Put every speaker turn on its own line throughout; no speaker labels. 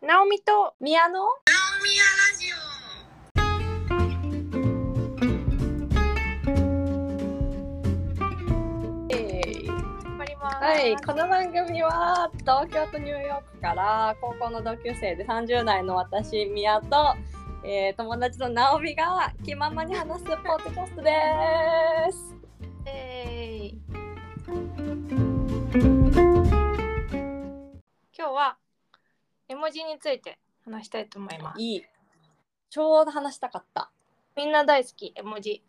ナオミと宮野始まります
はい、この番組は東京とニューヨークから高校の同級生で30代の私宮と、えー友達の直美が気ままに話すポッドキャストです。
えい今日は絵文字について話したいと思います
いい。ちょうど話したかった。
みんな大好き絵文字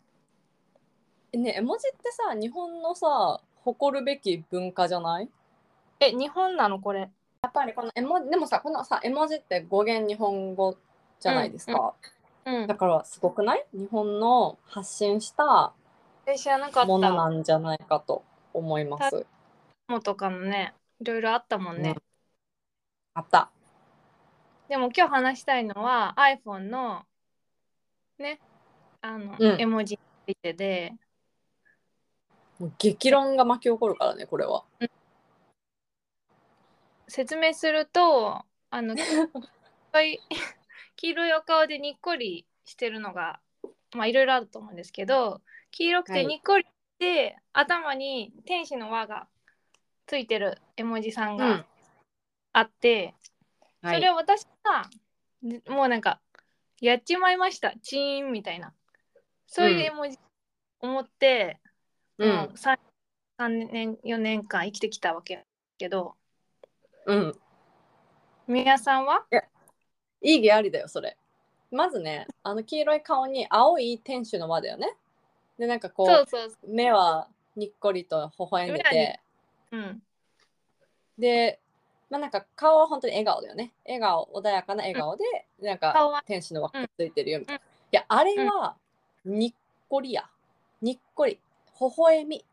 えね絵文字ってさ日本のさ誇るべき文化じゃない
え日本なのこれ
やっぱりこの絵文字でもさこのさ絵文字って語源日本語じゃないですか、
うん
だからすごくない日本の発信した
え知らなかっ
もの
た
なんじゃないかと思います。
もとかのねいろいろあったもんね、
うんあった。
でも今日話したいのは iPhone のねあの、
うん
絵文字についてで
もう激論が巻き起こるからねこれは。
説明するとあの黄色い 黄色いお顔でにっこりしてるのがまあいろいろあると思うんですけど黄色く
は
て
い
にっこりで、頭に天使の輪がついてる絵文字さん
う
が
ん
あって、
はい
それを私がでもうなんかやっちまいましたチーンみたいなそういう絵文字思って、
う
も
ん
う 3, 3年4年間生きてきたわけけど
うん
宮さんは
意義ありだよそれまずねあの黄色い顔に青い天使の輪だよねでなんかこ
そう
う
そうそ
目はにっこりと微笑んで
目はに
て
う、うん、
でまあなんか顔は本当に笑顔だよね笑顔穏やかな笑顔で、なんか
顔は
天使の輪がついてるよみたいな、
う
いやあれはにっこりやにっこり微笑み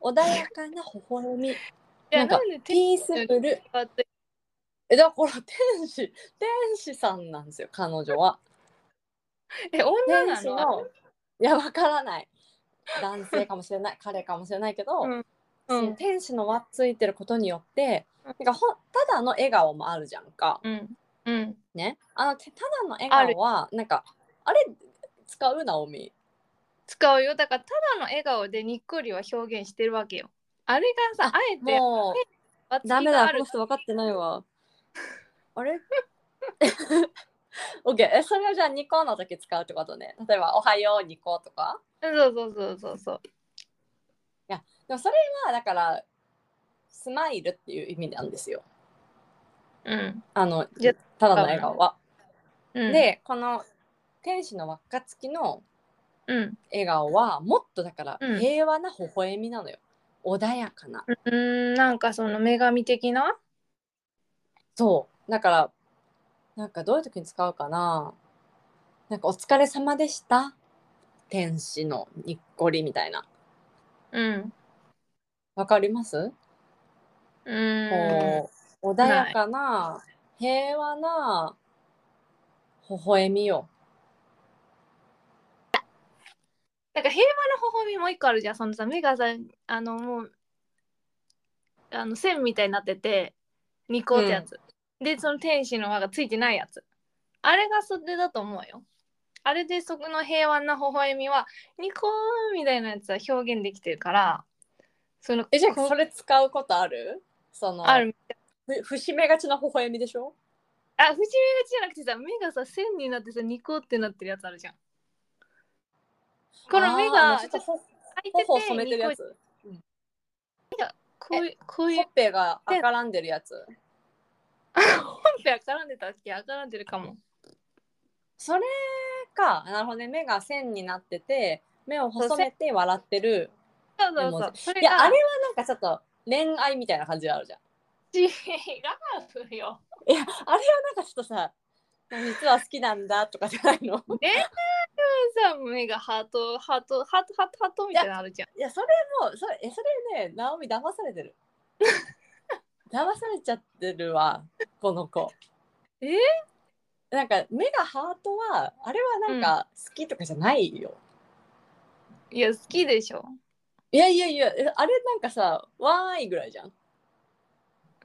穏やかな微 笑み
いや
なんか
なんで手
ピースフル
がって
えだから天使天使さんなんですよ彼女は
え女
天
な
使
の
のいやわからない男性かもしれない彼かもしれないけど、
うん
その
うん
天使の輪ついてることによって
うん
なんかほんただの笑顔もあるじゃんか、
うんうん
ねあのてただの笑顔はなんかあれ使うナオミ
使うよだからただの笑顔でにっこりは表現してるわけよあれがさあえて
も
わつ
う
き
ダメ
が
だ
あ
こ
る
の人分かってないわあれ オッケーえそれをじゃあ2個の時使うってことね例えば「おはよう2個」とか
そうそうそうそうそう
でもそれはだからスマイルっていう意味なんですよ
うん、
あの
じゃ
ただの笑顔は。
うん、
でこの天使の輪っかつきの
うん
笑顔はもっとだから
うん
平和な微笑みなのよ、穏やかな、
うーんなんかその女神的な
そうだからなんかどういう時に使うかななんか「お疲れ様でした」天使のにっこりみたいな
うん
わかります、
うーん
こう穏やかな平和な微笑みよ
なんか平和の微笑みもう一個あるじゃんそのさ目がさあのもうあの線みたいになっててニコってやつ、でその天使の輪がついてないやつあれがそれだと思うよあれでそこの平和な微笑みはニコーみたいなやつは表現できてるからその
えじゃあ
こ
それ使うことあるその
ある
ふ節目がちな微笑みでしょ
あ節目がちじゃなくてさ目がさ線になってさニコってなってるやつあるじゃんこの目
あ
が
ー
ち
ち
ょ
ょ
っ
っ
と
とほ
開いて
頬を染めて
て
る
ニコ
やつ
こういうこういう
ほっぺが赤らんでるやつ
コンペ赤らんでたっけ赤らんでるかも。
それかなるほどね目が線になってて目を細めて笑ってる
そうそうそう。それ
いや
が
あれはなんかちょっと恋愛みたいな感じがあるじゃん
違うよ。
いやあれはなんかちょっとさ実は好きなんだとかじゃないの
恋愛はさ、目がハート、ハート、ハート、ハート、ハートみたいなのあるじゃん。
いやそれもうそれえそれね直美騙されて る騙されちゃってるわこの子
え
なんか目がハートはあれはなんか好きとかじゃないよ、
いや、好きでしょ。
いやいやいや、えあれなんかさ、わーいぐらいじゃん。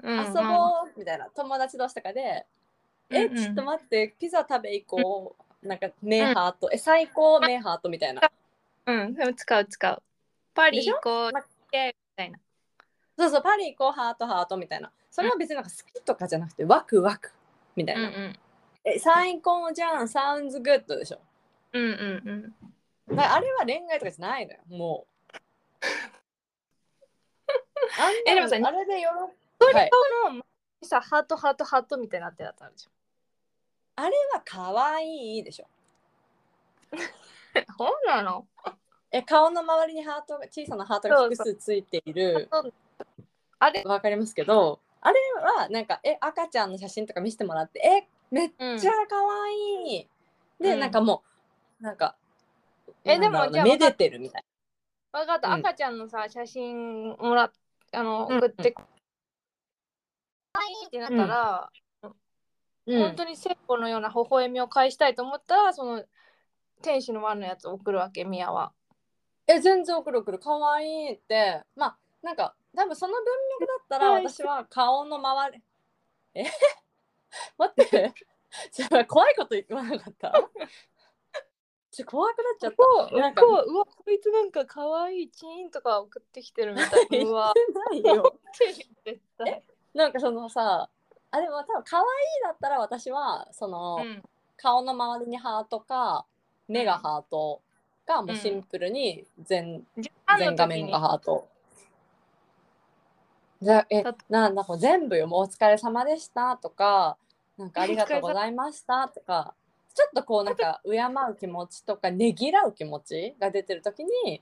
うん、
遊ぼ
まあ
うみたいな、友達同士とかで、え、
うんうん
ちょっと待って、ピザ食べ行こう。なんか、メーハート、え、最高、メーハートみたいな。
うん、でも使う使う。パリ
でしょ
行こう、
ま
イエーイみたいな。
そうそう、パリ行こう、ハート、ハートみたいな。それは別になんか好きとかじゃなくて、ワクワクみたい
うん
な。
うん。
え、最高じゃん、サウンズグッドでしょ。
うんうんうん。
だからあれは恋愛とかじゃないのよ、もう。あんな
えでもさ
あれでよろ
それ
はい
のさ、ハートハートハートみたいになってなったんでし
あれは可愛いでしょ。
ょ。そうなの
え、顔の周りにハートが小さなハートが複数ついている。
あれ
わかりますけどあれはなんかえ赤ちゃんの写真とか見せてもらってえめっ
うん
ちゃ可愛い、で、
うん
なんかもうなんか
え
なんだろ
でも
う
じゃあ
めでてるみたい
わかった、
うん
赤ちゃんのさ、写真もらっあの、
うん
送って。可愛いってなったら、
な、うん
本当に聖子のような微笑みを返したいと思ったら、その天使の輪のやつを送るわけ、ミヤは。
え全然送る送る可愛いってまあなんか多分その文脈だったら
はい
私は顔の周りえ 待ってちょ怖いこと言わなかったちょ怖くなっちゃっ
こう、
たなんか
こう、うわ、こいつなんか可愛いチーンとか送ってきてるみた い。うわ、
言ってないよ
絶対。
なんかそのさあでも多分可愛いだったら私はその、
うん
顔の周りにハートか目がハートかもうシンプルに全,、
じゃあ
全画面がハート。じゃえ
だっ
なんだこう全部よもうお疲れ様でしたとかなんかありがとうございましたとかちょっとこうなんか敬う気持ちとかねぎらう気持ちが出てる時に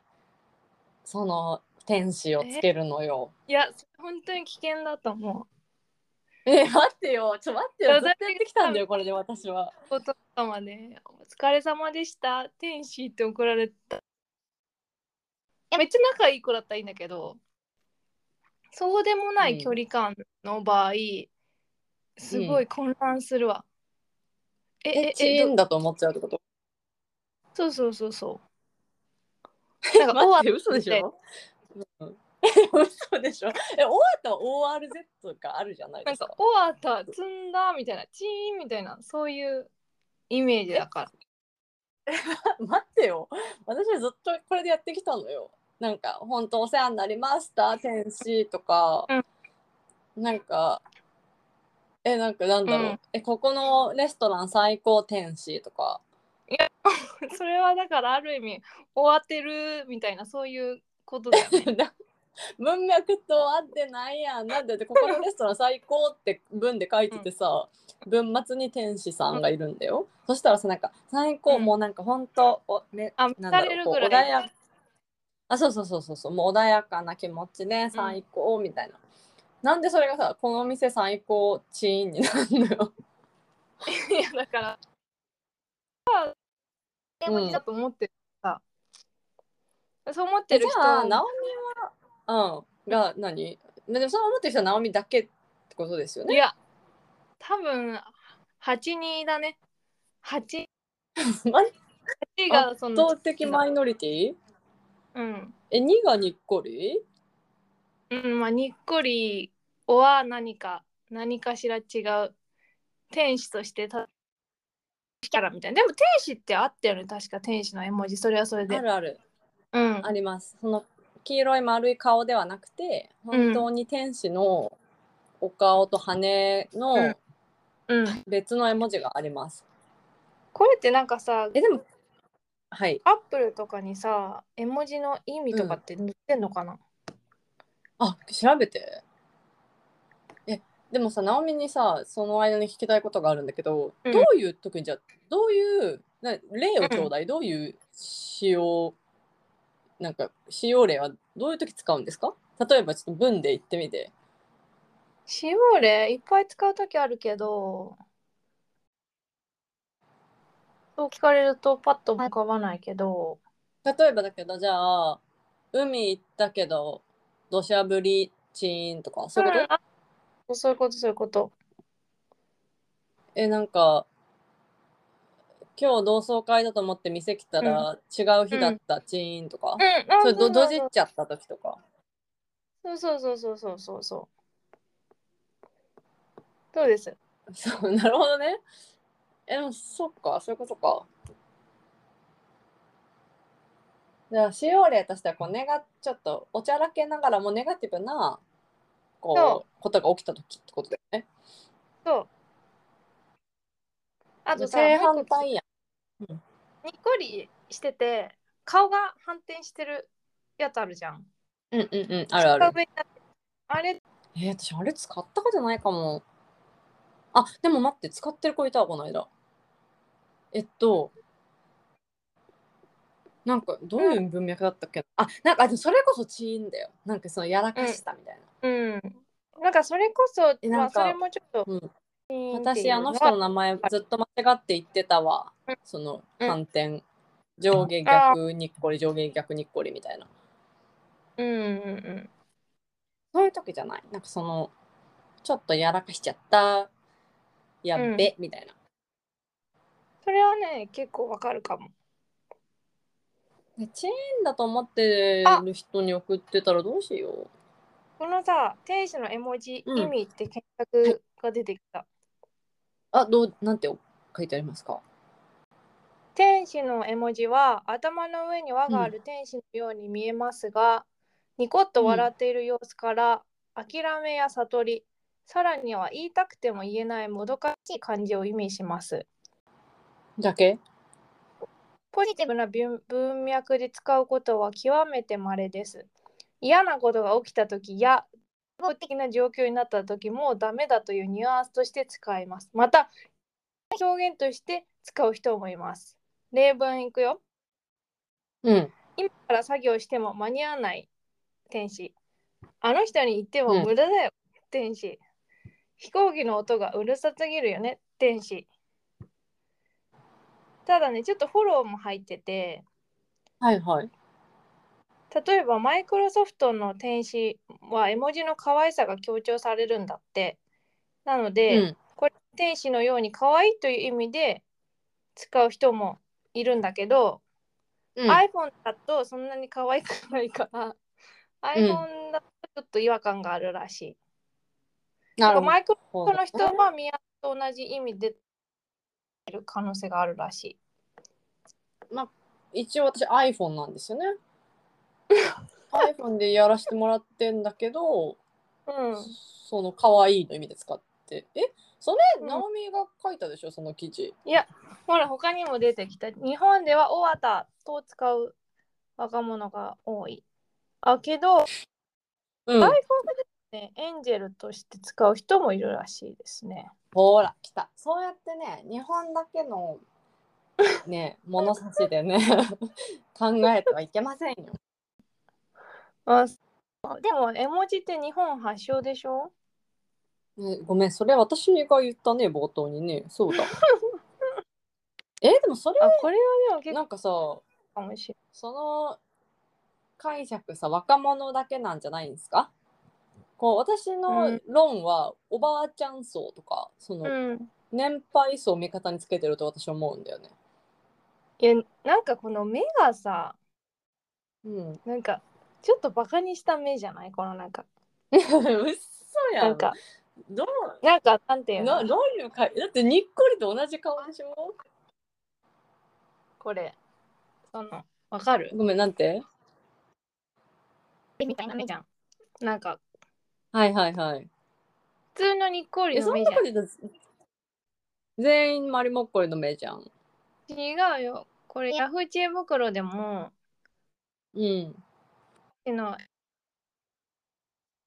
その天使をつけるのよ。
いや、本当に危険だと思
え待ってよちょ待って
いや
よずっとやってきたんだよこれで私は。
う。ことかまで、お疲れ様でした。天使って送られた。いや、めっちゃ仲いい子だったらいいんだけど、そうでもない距離感の場合、すごい混乱するわ。え、え
え、、チ
え、
ー
ど
ンだと思っちゃうってこと
そうそうそうそう。なんか、
待っ
終
て
わ
嘘でしょ、うん、嘘でしょえオアと ORZ があるじゃない
な
で
ん
すか
か、終わった、積んだみたいな、チーンみたいな、そういうイメージだから。
待ってよ私はずっとこれでやってきたのよなんか本当お世話になりました天使とか、なんかえなんかなんだろう、
うん
えここのレストラン最高天使とか
それはだからある意味終わってるみたいなそういうことだよ ね。
な文脈と合ってないやんなんでここのレストラン最高って文で書いててさ、文末に天使さんがいるんだよ、そしたらさなんか最高、
うん
もうなんかほんとおね
あ
なんだ
見られ
ろ
る
うこ
ぐ
う
らい
穏やあそうそうそうそうそうもう穏やかな気持ちで最高みたいな、なんでそれがさこの店最高チーンになるの よ
いやだから。絵文字だと思ってるさ、そう思って
えじ
る人
ゃあナオミはうんが何でもその思ってる人はナオミだけってことですよ
い
ね
や多分八人だね。八
圧
八がその
倒的マイノリティ
うん
え、2がにっこり
うんまあにっこりおは何か何かしら違う天使としてたキャラみたいなでも天使ってあったよね確か天使の絵文字それはそれで
あ。るある、
うん
あります。その黄色い丸い顔ではなくて、
うん
本当に天使のお顔と羽の
うん、
別の絵文字があります。
これってなんかさ
え、でも、はい。
アップルとかにさ絵文字の意味とかって載ってんのかな、
あ、調べて。え、でもさ、ナオミにさ、その間に聞きたいことがあるんだけど、
うん
どういう、特にじゃあどういう、な例をちょうだい、どういう使用、なんか、使用例はどういう時使うんですか例えば、ちょっと文で言ってみて。
使用例いっぱい使う時あるけどそう聞かれるとパッと浮かばないけど
例えばだけどじゃあ海行ったけど土砂降りチーンとかそういうこと、
うんあそういうことそういうこと
えなんか今日同窓会だと思って店来たら違う日だったチーンとか、
うん
それどどじっ
そ
ちゃった時とか
うそうそうそうそうそうそうそうです
そう、なるほどね。え、でもそっか、そういうことか。じゃあ、使用例としては、こう、ネガ、ちょっと、おちゃらけながらもネガティブな、こ、
そう
ことが起きたときってことだよね。
そう。あとさ、
正
もう
反
一個
対やん。
にっこりしてて、顔が反転してるやつあるじゃん。
うんうんうん、あるあ
顔
る。
上になってあれ、
えー、私、あれ使ったことないかも。あ、でも待って、使ってる子いたわ、この間。えっと、なんか、どういう文脈だったっけな、あ、なんか、でもそれこそチーンだよ。なんか、その、やらかしたみたいな。
うん。なんかそれこそ、
え
ま
な
あ
んか
それもちょっと、
うん
ピーンってい
私
う
あの人の名前ずっと間違って言ってたわ
うん
その
うん
反転上下逆にっこり上下逆にっこりみたいな
うんうん
そういう時じゃないなんかそのちょっとやらかしちゃったやっべ、みたいな
それはね結構わかるかも
でチェーンだと思ってる人に送ってたらどうしよう
このさ天使の絵文字
うん
意味って検索が出てきた、
あどうなんて書いてありますか
天使の絵文字は頭の上に輪がある天使のように見えますが、ニコッと笑っている様子から、諦めや悟りさらには言いたくても言えないもどかしい感じを意味します
だけ
ポジティブな文文脈で使うことは極めて稀です。嫌なことが起きたときや、絶望的な状況になったときもうダメだというニュアンスとして使います。また、表現として使う人もいます。例文いくよ。
うん
今から作業しても間に合わない天使。あの人に言って
うん
も無駄だよ、天使。飛行機の音がうるさすぎるよね、天使。ただね、ちょっとフォローも入ってて、
はいはい
例えばマイクロソフトの天使は絵文字の可愛さが強調されるんだってなので、
うん
これ天使のように可愛いという意味で使う人もいるんだけど、
うん
iPhone だとそんなに可愛くないから、iPhone だとちょっと違和感があるらしい。
なるほ
マイクロソ
ど
フトの人は宮と同じ意味でいる可能性があるらしい。
一応私 iPhone なんですよ ね iPhone でやらせてもらってんだけど
うん、
その可愛いの意味で使って。えそれ、
うん
ナオミが書いたでしょ、その記事。
ほら他にも出てきた日本では「おわた」と使う若者が多いあけど
うん。
ねエンジェルとして使う人もいるらしいですね
ほら、来た。そうやってね、日本だけの、 ね、物差しでね、考えてはいけませんよ。
あそうでも絵文字って日本発祥でしょ
ねごめん、それ私が言ったね、冒頭にね。そ うだ。え、でもそ
あ
れ、
これはでも結
な
構
んかさ、
かもしれ
その解釈さ若者だけなんじゃないんですかこう私
う
の
ん
論は、おばあちゃん層とかその、
ない、うん、
年配層を味方につけてると私は思うんだよね。
いやなんかこの目がさ
うん、
なんかちょっとバカにした目じゃないこのなんか
うっそやん。
なんか
どう
なんかなんていう
な
の
どういう解だってにっこりと同じ顔でしょ
これそのわかる
ごめんなんて
みたいな目じゃんなんか
はいはいはい。
普通のにっこり
え
の
そん
目
な
じ
こと言ったら全員マリモッコリの目じゃん。
ゃん違うよこれヤフー知恵袋でも
うん。
っていうのは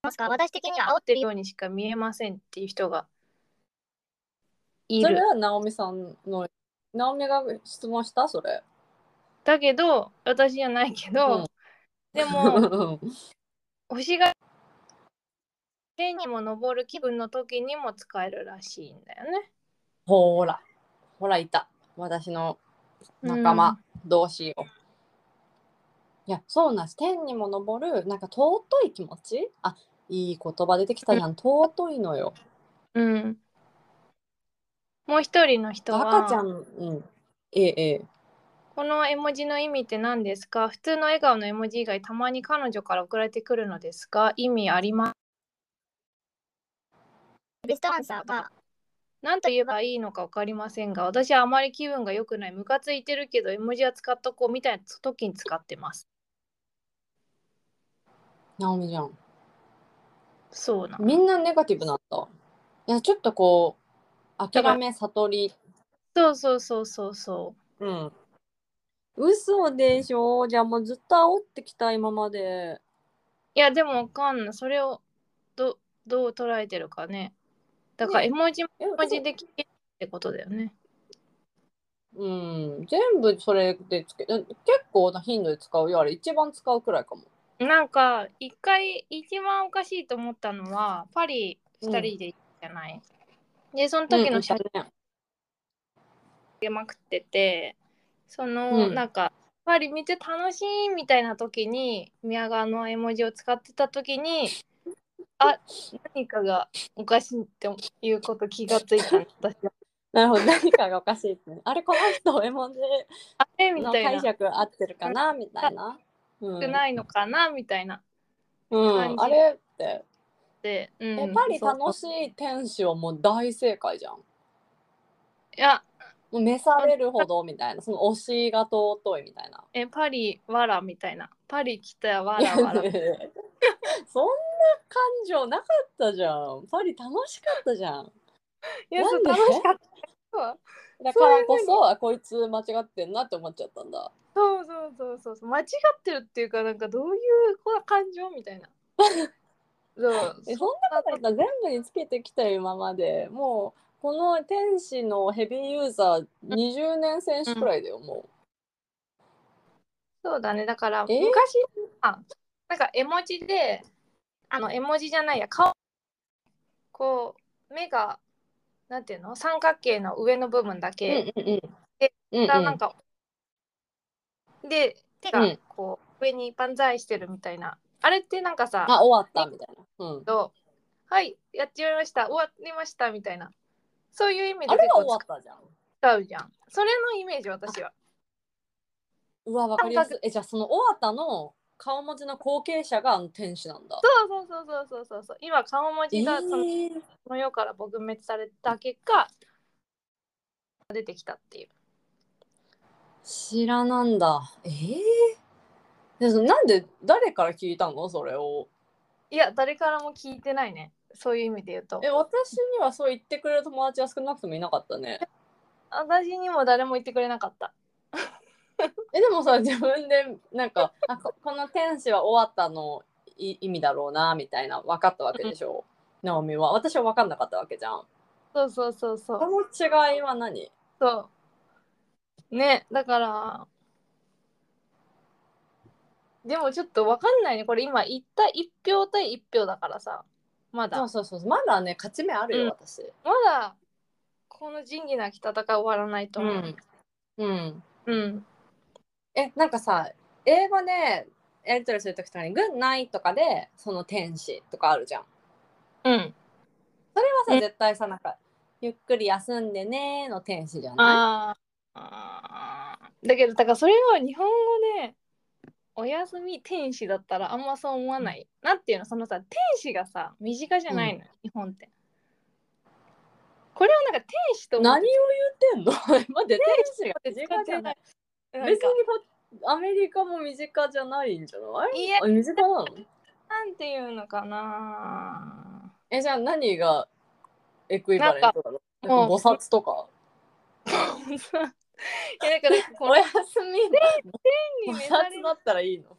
ますか私的には煽ってるようにしか見えませんっていう人がい
それ
る
はナオミさんのナオミが質問したそれ。
だけど私じゃないけど、
うん
で も星が天にも昇る気分の時にも使えるらしいんだよね
ほら、ほらいた。私の仲間、同士を。いや、そうなんです。天にも昇る、なんか尊い気持ちあ、いい言葉出てきたじゃん。尊いのよ。
うん、うんもう一人の人は
赤ちゃん、うん。ええ、ええ。
この絵文字の意味って何ですか普通の笑顔の絵文字以外たまに彼女から送られてくるのですが意味ありますベストアンサーが何と言えばいいのか分かりませんが、私はあまり気分が良くない、ムカついてるけど、絵文字は使っとこうみたいな時に使ってます。
なおみじゃん。
そうなの。
みんなネガティブなんだ。いや、ちょっとこう、諦め、悟り。
そうそうそうそうそう。
うん。嘘でしょじゃあもうずっと煽ってきた、今まで。
いや、でもわかんない。それをどどう捉えてるかね。だから
ね
絵文字も
え
絵文字で聞けってことだよね。
うん、全部それでつけ結構な頻度で使うよあれ一番使うくらいかも
なんか、一回、一番おかしいと思ったのは、パリ二人で行ったじゃない。で、その時の写真
真
出まくってて、その、
うん
なんか、パリめっちゃ楽しいみたいな時に、宮川の絵文字を使ってた時に、あ、何かがおかしいっていうこと気がついたの私は。
なるほど何かがおかしいってねあれこの人絵文字
あれみ
の
たいな。
解釈合ってるかなみたいな、うん
少ないのかなみたいな。
うん、あれって
で、うん、
えパリ
そう
楽しい天使をもう大正解じゃんも
いや
う召されるほどみたいなその推しが尊いみたいな
えパリわらみたいなパリ来たよわら わら
そんな感情なかったじゃんパリ楽しかったじゃん
いや
な
そ
ん
う
で
楽しかったわ
だからこそあこいつ間違ってんなって思っちゃったんだ
そうそうそうそうそう間違ってるっていうかなんかどういうこう感情みたいなそう
えそんなこと言ったら全部につけてきたよ今までもうこの天使のヘビーユーザー20年選手くらいだよ、も
そうだねだから
え
昔はなんか絵文字であの絵文字じゃないや顔こう目がなんていうの三角形の上の部分だ
う。
け
うんうん
え
うん
がなんか、で手
う
が
ん
こう上に万歳してるみたいなあれってなんかさ
あ終わったみたいな、うん、
とはいやっちまいました終わりましたみたいなそういう意味で
あれは
結
終
構
わったじゃん
使うじゃんそれのイメージ私は
うわわかりやすいえじゃあその終わったの顔文字の後継者があの天使なんだ
そうそうそうそうそうそうそう今顔文字が
え
そ
ー
のその世から撲滅された結果出てきたっていう
知らなんだえーでそのなんで誰から聞いたのそれを
いや誰からも聞いてないねそういう意味で言うと
え私にはそう言ってくれる友達は少なくともいなかったね
私にも誰も言ってくれなかった
えでもさ自分でなんかあここの天使は終わったのい意味だろうなみたいな分かったわけでしょナオミは私は分かんなかったわけじゃん
そうそうそうそう
この違いは何
そう。ね、だから、でもちょっとわかんないね。これ今言った1票対1票だからさ、まだ、
そう
ま
そうそうまだね勝ち目あるよ、
うん
私
だ、この仁義なき戦い終わらないと思う。
うん
うん。
えなんかさ英語でやり取りする時とかに「グッナイ」とかでその天使とかあるじゃん
うん。
それは
う
さ
ん
絶対さなんかゆっくり休んでねーの天使じゃない
あーあー。だけど、だからそれは日本語で、おやすみ天使だったらあんまそう思わない。なんていうの、そのさ、天使がさ、身近じゃないのよ、日本って。これはなんか天使と思っ
何を
て
言ってんの 待って天使が手近じゃない
なんか
別にこアメリカも身近じゃないんじゃない
いや
あ身近なの
なんていうのか な
えじゃあ何がエクイバレントだろう
なんかもう
菩薩とか
いやだからこ
お
れ
やすみ
に
菩
目
薩
覚め
だったらいいの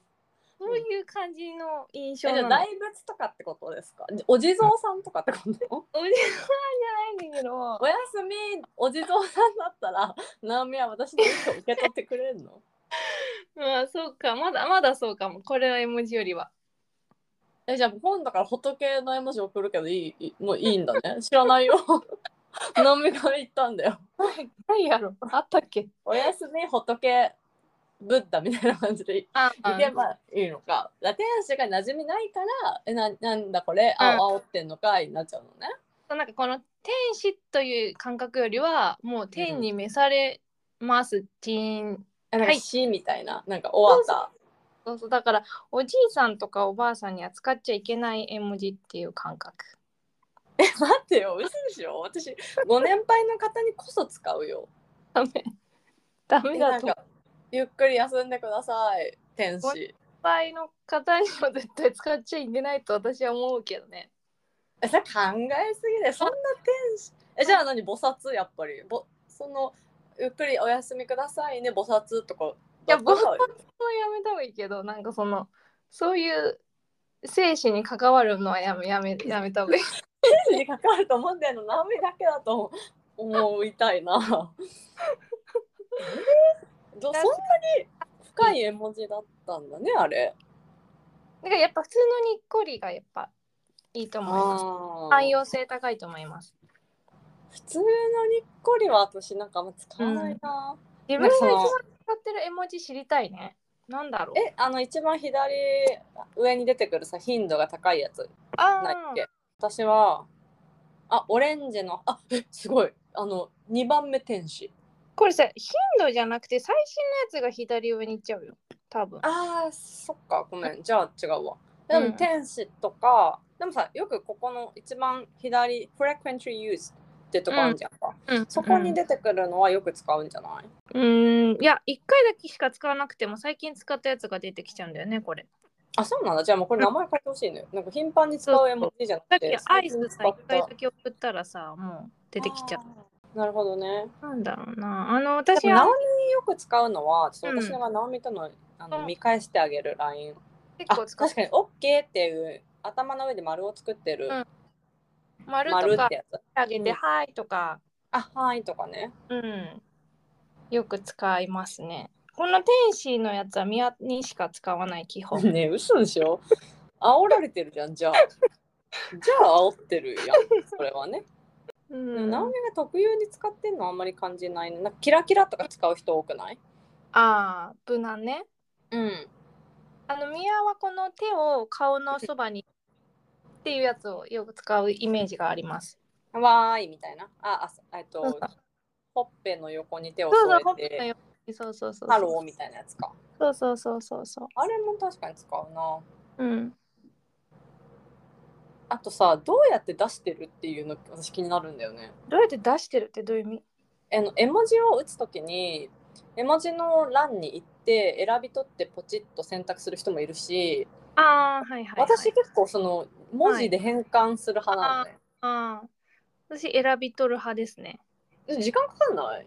そういう感じの印象
えじ
な
ゃあ
の
大仏とかってことですかお地蔵さんとかってこと
おじさんじゃないんだけど
おやすみお地蔵さんだったら ナオミは私の意見を受け取ってくれるの
まあそうかまだまだそうかもこれは絵文字よりは
えじゃあ今度から仏の絵文字送るけどいいいもういいんだ ね知らないよナオミから言ったんだよ
ないやろあったっけ
おやすみ仏ブッダみたいな感じで
ああ
いけばいいのか。ラテン足が馴染みないから、え、ななんだこれ、
うん
あ、煽ってんのかいになっちゃうのね。
そうなんかこの天使という感覚よりはもう天に召されますジーン
えなんか
はい
死みたいな、なんか終わった。
そうそうだからおじいさんとかおばあさんには使っちゃいけない絵文字っていう感覚
え 待ってよ嘘でしょ私ご年配の方にこそ使うよ
ダメ。ダ
え
メ
な
だ
ん
と。先
かゆっくり休んでください天使
輩の方にも絶対使っちゃいけないと私は思うけどね。
えそれ考えすぎでそんな天使えじゃあ何菩薩やっぱりぼそのゆっくりお休みくださいね菩薩とか
いや
だったら
菩そうやめた方がいいけど、なんかその、そういう生死に関わるのはやめやめやめた方がいい。
天使に関わると思うんだよな波だけだと 思いたいなえーどそんなに深い絵文字だったんだねあれ
なんかやっぱ普通のにっこりがやっぱいいと思います。汎用性高いと思います。
普通のにっこりは私なんかあんま使わないな、
自分が一番使ってる絵文字知りたいね。なんだろう。
えあの一番左上に出てくるさ頻度が高いやつ
あ
ないっ
ー
け私はあオレンジのあえすごいあの2番目天使
これさ、頻度じゃなくて最新のやつが左上に行っちゃうよ。多分。
あーそっかごめんじゃあ違うわでも、
うん
天使とかでもさよくここの一番左 frequently used ってとこあるじゃんか、
うん
そこに出てくるのはよく使うんじゃない、
うん、いや、1回だけしか使わなくても、最近使ったやつが出てきちゃうんだよね、これ。
あそうなんだじゃあもうこれ名前変えてほしいのよなんか頻繁に使う絵文字じゃな
さ
く
っき
て
アイスさ、
使
1
っ
回
た
だけ送ったらさ、もう出てきちゃう。
うなるほどね
なんだろうな。あの、
私
私
ナオ
は
ミによく使うのはちょっ
うん
と私がナオミとの,、あ
う
の
ん
見返してあげる LINE、
結
あ
構
確
使
か
う。
に OK っていう頭の上で丸を作ってる、
うん丸
丸
と
っ
か
てやつ
あげて、
うん
はいとか、
あはいとかね
うん。よく使いますね。この天使のやつは宮にしか使わない基本。
ねえ嘘でしょ煽られてるじ ゃんじゃあじゃあ煽ってるやんそれはね
う
でも
ん、
ナオ
あ
ミが特有に使ってんのあんまり感じないねなんかキラキラとか使う人多くない
あー、無難ね。
うん
あの、宮はこの手を顔のそばにっていうやつをよく使うイメージがあります。
わーいみたいなああえっと
そうそう
ほっぺの横に手を
そうそう、ほっ
添え
ぺの
て
ように。そうそうそうそう。
ハローみたいなやつか
そうそうそうそうそ
あれも確かに使うな
う。うん。
あとさどうやって出してるっていうの私気になるんだよね
どうやって出してるってどういう意味
あの絵文字を打つときに絵文字の欄に行って選び取ってポチッと選択する人もいるし、
ああ、はいはい、はい。
私結構その文字で変換する派なのね、
ああ。私選び取る派ですね。
え時間かかんない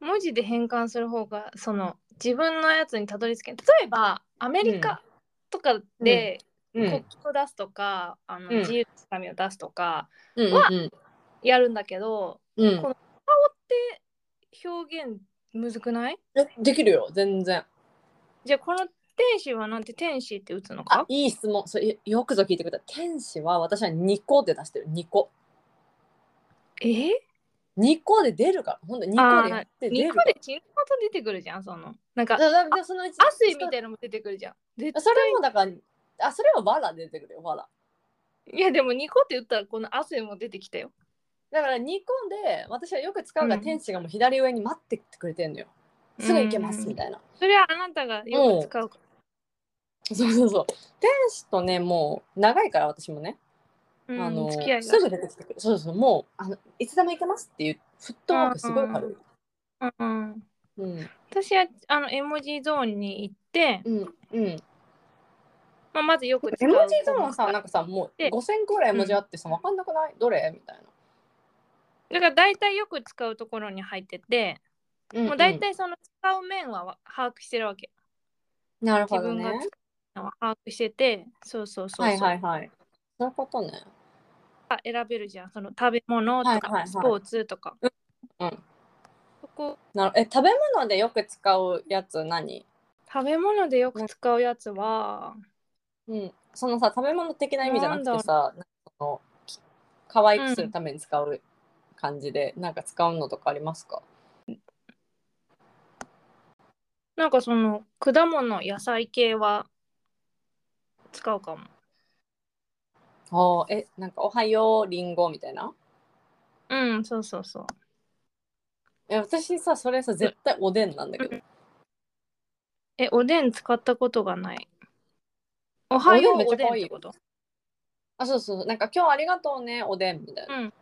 文字で変換する方が、その、自分のやつにたどり着けん。例えば、アメリカとかで
う
国旗を出すとか、あの
うん
自由の紙を出すとか、
うんうん
やるんだけど、
うん
こ表現むずくない
えできるよ全然
じゃあ、この天使はなんて天使って打つの
あ
か
いい質問それよくぞ聞いてくれた天使は私は2個で出してる2個
えー、
2個で出るからほんと2個でやって出
2
る
個でちんこと出てくるじゃん、その。なんか、
だだだそのうち
汗みたいなのも出てくるじゃん。絶対
それもだからあそれはわら出てくるよわら
いやでも2個って言ったらこの汗も出てきたよ。
だから煮込んで私はよく使うが、
うん
天使がもう左上に待っててくれてんのよすぐ行けますみたいな、
それはあなたがよく使う。
そうそうそう天使とねもう長いから私もね、
うん
あの
付き合いが。
すぐ出てきてくるそうそうそうもうあのいつでも行けますっていうフットワークすごい軽い、
うん、
うん
私はあの絵文字ゾーンに行って、
うんうん、
まあ、まずよく
絵
使う。
文字ゾーンさなんかさもう
で
5,000個ぐらい絵文字あってさ分かんなくないどれみたい
だから大体よく使うところに入ってて、
な、んん
もう大体その使う面はわ把握してるわけ。
なるほ
自
ど
分が
ね
使うのは把握してて、そうそうそうそう。
はいはいはいそういうことね
あ選べるじゃん。その食べ物とか、
はいはいはい
スポーツとか。
うんうん
そこ
なるえ食べ物でよく使うやつ何
食べ物でよく使うやつは、
うん、そのさ食べ物的な意味じゃなく
なんだ
てさなんかそのき可愛くするために使う感じで、なんか使うのとかありますか
なんかその果物野菜系は使うかも。
おーえなんか「おはようりんご」みたいな
うん、そうそうそう。
え私さそれさ絶対おでんなんだけど、
え、おでん使ったことがない。おはよう
おでんめ
お
っちゃ
でん
可愛い
っ
よ
てこと
あ、そうそう、なんか今日ありがとうね、おでんみたいな。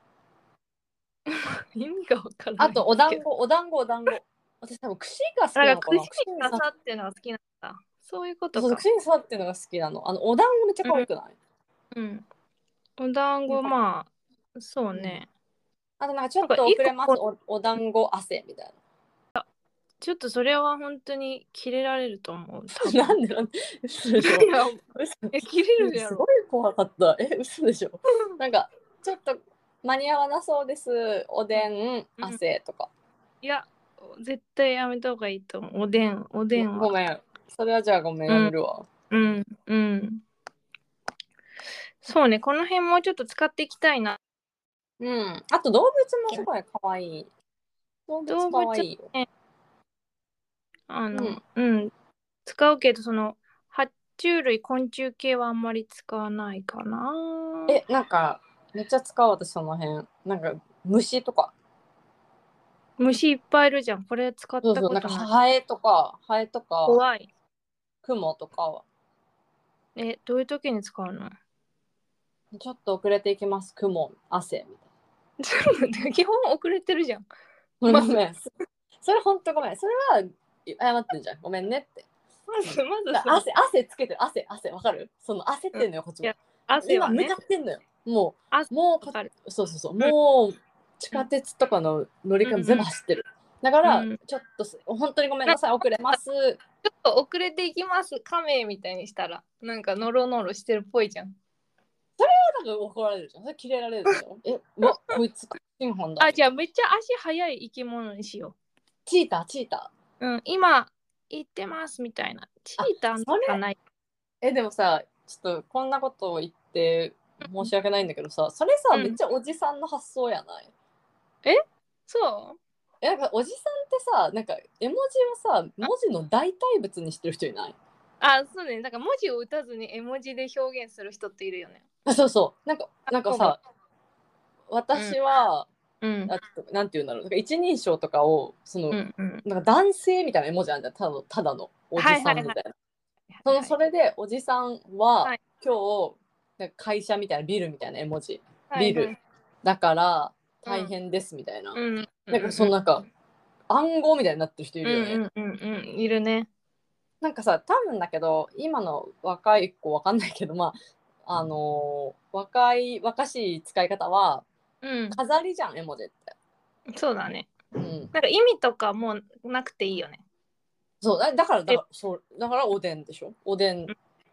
意味が分からない。
あと、お団子、お団子、お団子。私多分串が好き
な
なんの
か
か
串
な。
に刺さっていうのが好きなんだ。そういうこと
そうそ
か。
う串に刺さってるのが好きなの。あのお団子めっちゃ可愛くない、
うん。お団子まあそうね。
あとなんかちょっと遅れますおお団子汗みたい
ちょっとそれは本当にキレられると思う。多
な。な
分
んでなんで嘘でしょ
いや
嘘
えキレるや
す
ろ
ご。い怖かった。え、嘘でしょなんかちょっと間に合わなそうです。おでん、
うん
汗とか。
いや絶対やめた方がいいと思う。おでんおでん
ご
は。
めん。それはじゃあごめん、
うん
やめるわ。
うんうん。そうねこの辺もうちょっと使っていきたいな。
うん。あと動物もすごい可愛い。動物可愛いよ。
あの、
う
う
ん
ん、使うけど、その、爬虫類、昆虫系はあんまり使わないかな。
え、なんかめっちゃ使う私その辺。なんか虫とか。
虫いっぱいいるじゃん。これ使った
そ
こ
うそう。
とな
なん
い。
かハエとか、ハエとか、
怖い。
クモとかは。
え、どういう時に使うの
ちょっと遅れていきます。雲、汗み
基本遅れてるじゃん。
たいな。ごめん。 それ本当ごめん。それは謝ってんじゃん。ごめんねって。
まず、まず
だ
その、
汗、汗つけてる。汗、汗、わかるその焦ってんのよ、こっち
い
も
や。汗は
今、
ね
向か。ってんのよ。も
汗
う、もう
わかる
そうそうそう。もう、地下鉄とかの乗り換え全部走ってる。だから
うん、
ちょっとす、本当にごめんなさい。遅れ ます。
ちょっと遅れていきます。亀みたいにしたら、なんかノロノロしてるっぽいじゃん。
多分怒られるじゃん。それ、キレられるでしょ。え、うわ、こいつ、新本だ
あ、。じゃあめっちゃ足速い生き物にしよ
チーター、チーター。
う。うん、今、行ってますみたいな。チーター
そ
と
れ
かない。
え、でもさ、ちょっと、こんなことを言って、申し訳ないんだけどさ、それさ、
うん
めっちゃおじさんの発想やない
そう
えなんかおじさんってさなんか絵文字をさ文字の代替物にしてる人いない
あ、そうね。なんか文字を打たずに絵文字で表現する人っているよね。
あそうそうなんかなんかさ私は、
うん。
あちょっとなんて言うんだろうなんか一人称とかをその、
うんうん。
なんか男性みたいな絵文字あるじゃんただのただのおじさんみたいな、そのそれでおじさんは、
はい
今日なんか会社みたいなビルみたいな絵文字
はい
ビル
はい
だから
うん
大変ですみたいな、
うん。
なんかそのなんか暗号みたいになってる人いるよね、
うんうんうんうん。いるね。
なんかさ多分だけど今の若い子わかんないけどまああのー若い若しい使い方は
うん。
飾りじゃん絵文字って、
そうだね。
うん、
なんか意味とかもうなくていいよね。
そうだだからだからそうだからおでんでしょおでん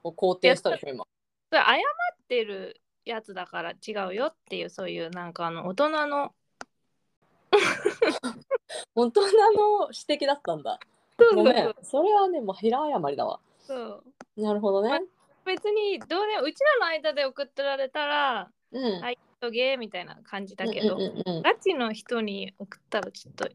を肯定したでしょ今
それ謝ってるやつだから違うよっていうそういうなんかあの大人の。
大人の指摘だったんだごめんそれはねもう平誤りだわ
そう。
なるほどね
別にどうでもうちらの間で送ってられたら
う
「
ん
はいとげ」みたいな感じだけど、
うんうんうんうん
ガチの人に送ったらちょっと、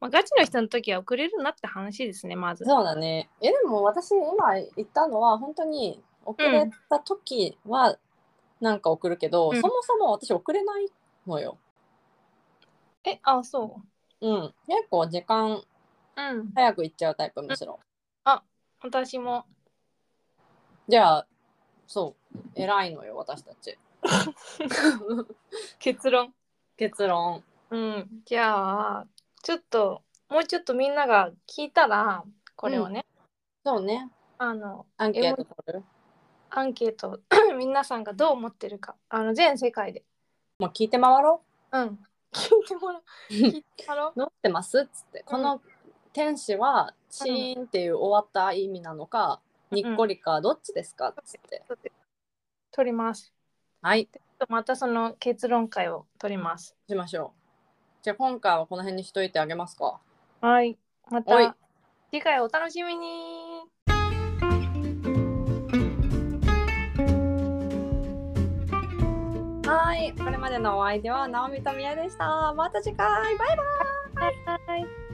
まあ、ガチの人の時は送れるなって話ですねまず。
そうだねえでも私今言ったのは本当に遅れた時はなんか送るけど、
うん
そもそも私送れないのよ
えあそ
うん、結構時間
う。うん。
早く行っちゃうタイプむしろ。
私も。
じゃあそう偉いのよ私たち。
結論。
結論。
うん。じゃあちょっともうちょっとみんなが聞いたらこれをね、
そうね
あの
アンケート取る
アンケート 皆さんがどう思ってるかあの全世界で。
もう聞いて回ろ
うん。 聞いて もらう。聞いてもらおう
う。。どうってますっつってこの天使はシーンっていう終わった意味なのか、
うん
にっこりかどっちですかっつって。
取ります。
はい
またその結論会を取ります。
しましょう。じゃあ今回はこの辺にしといてあげますか。
はい。ま
おい
た次回お楽しみに。
はいこれまでのお相手は直美とみやでした。また次回バイバイ
はい。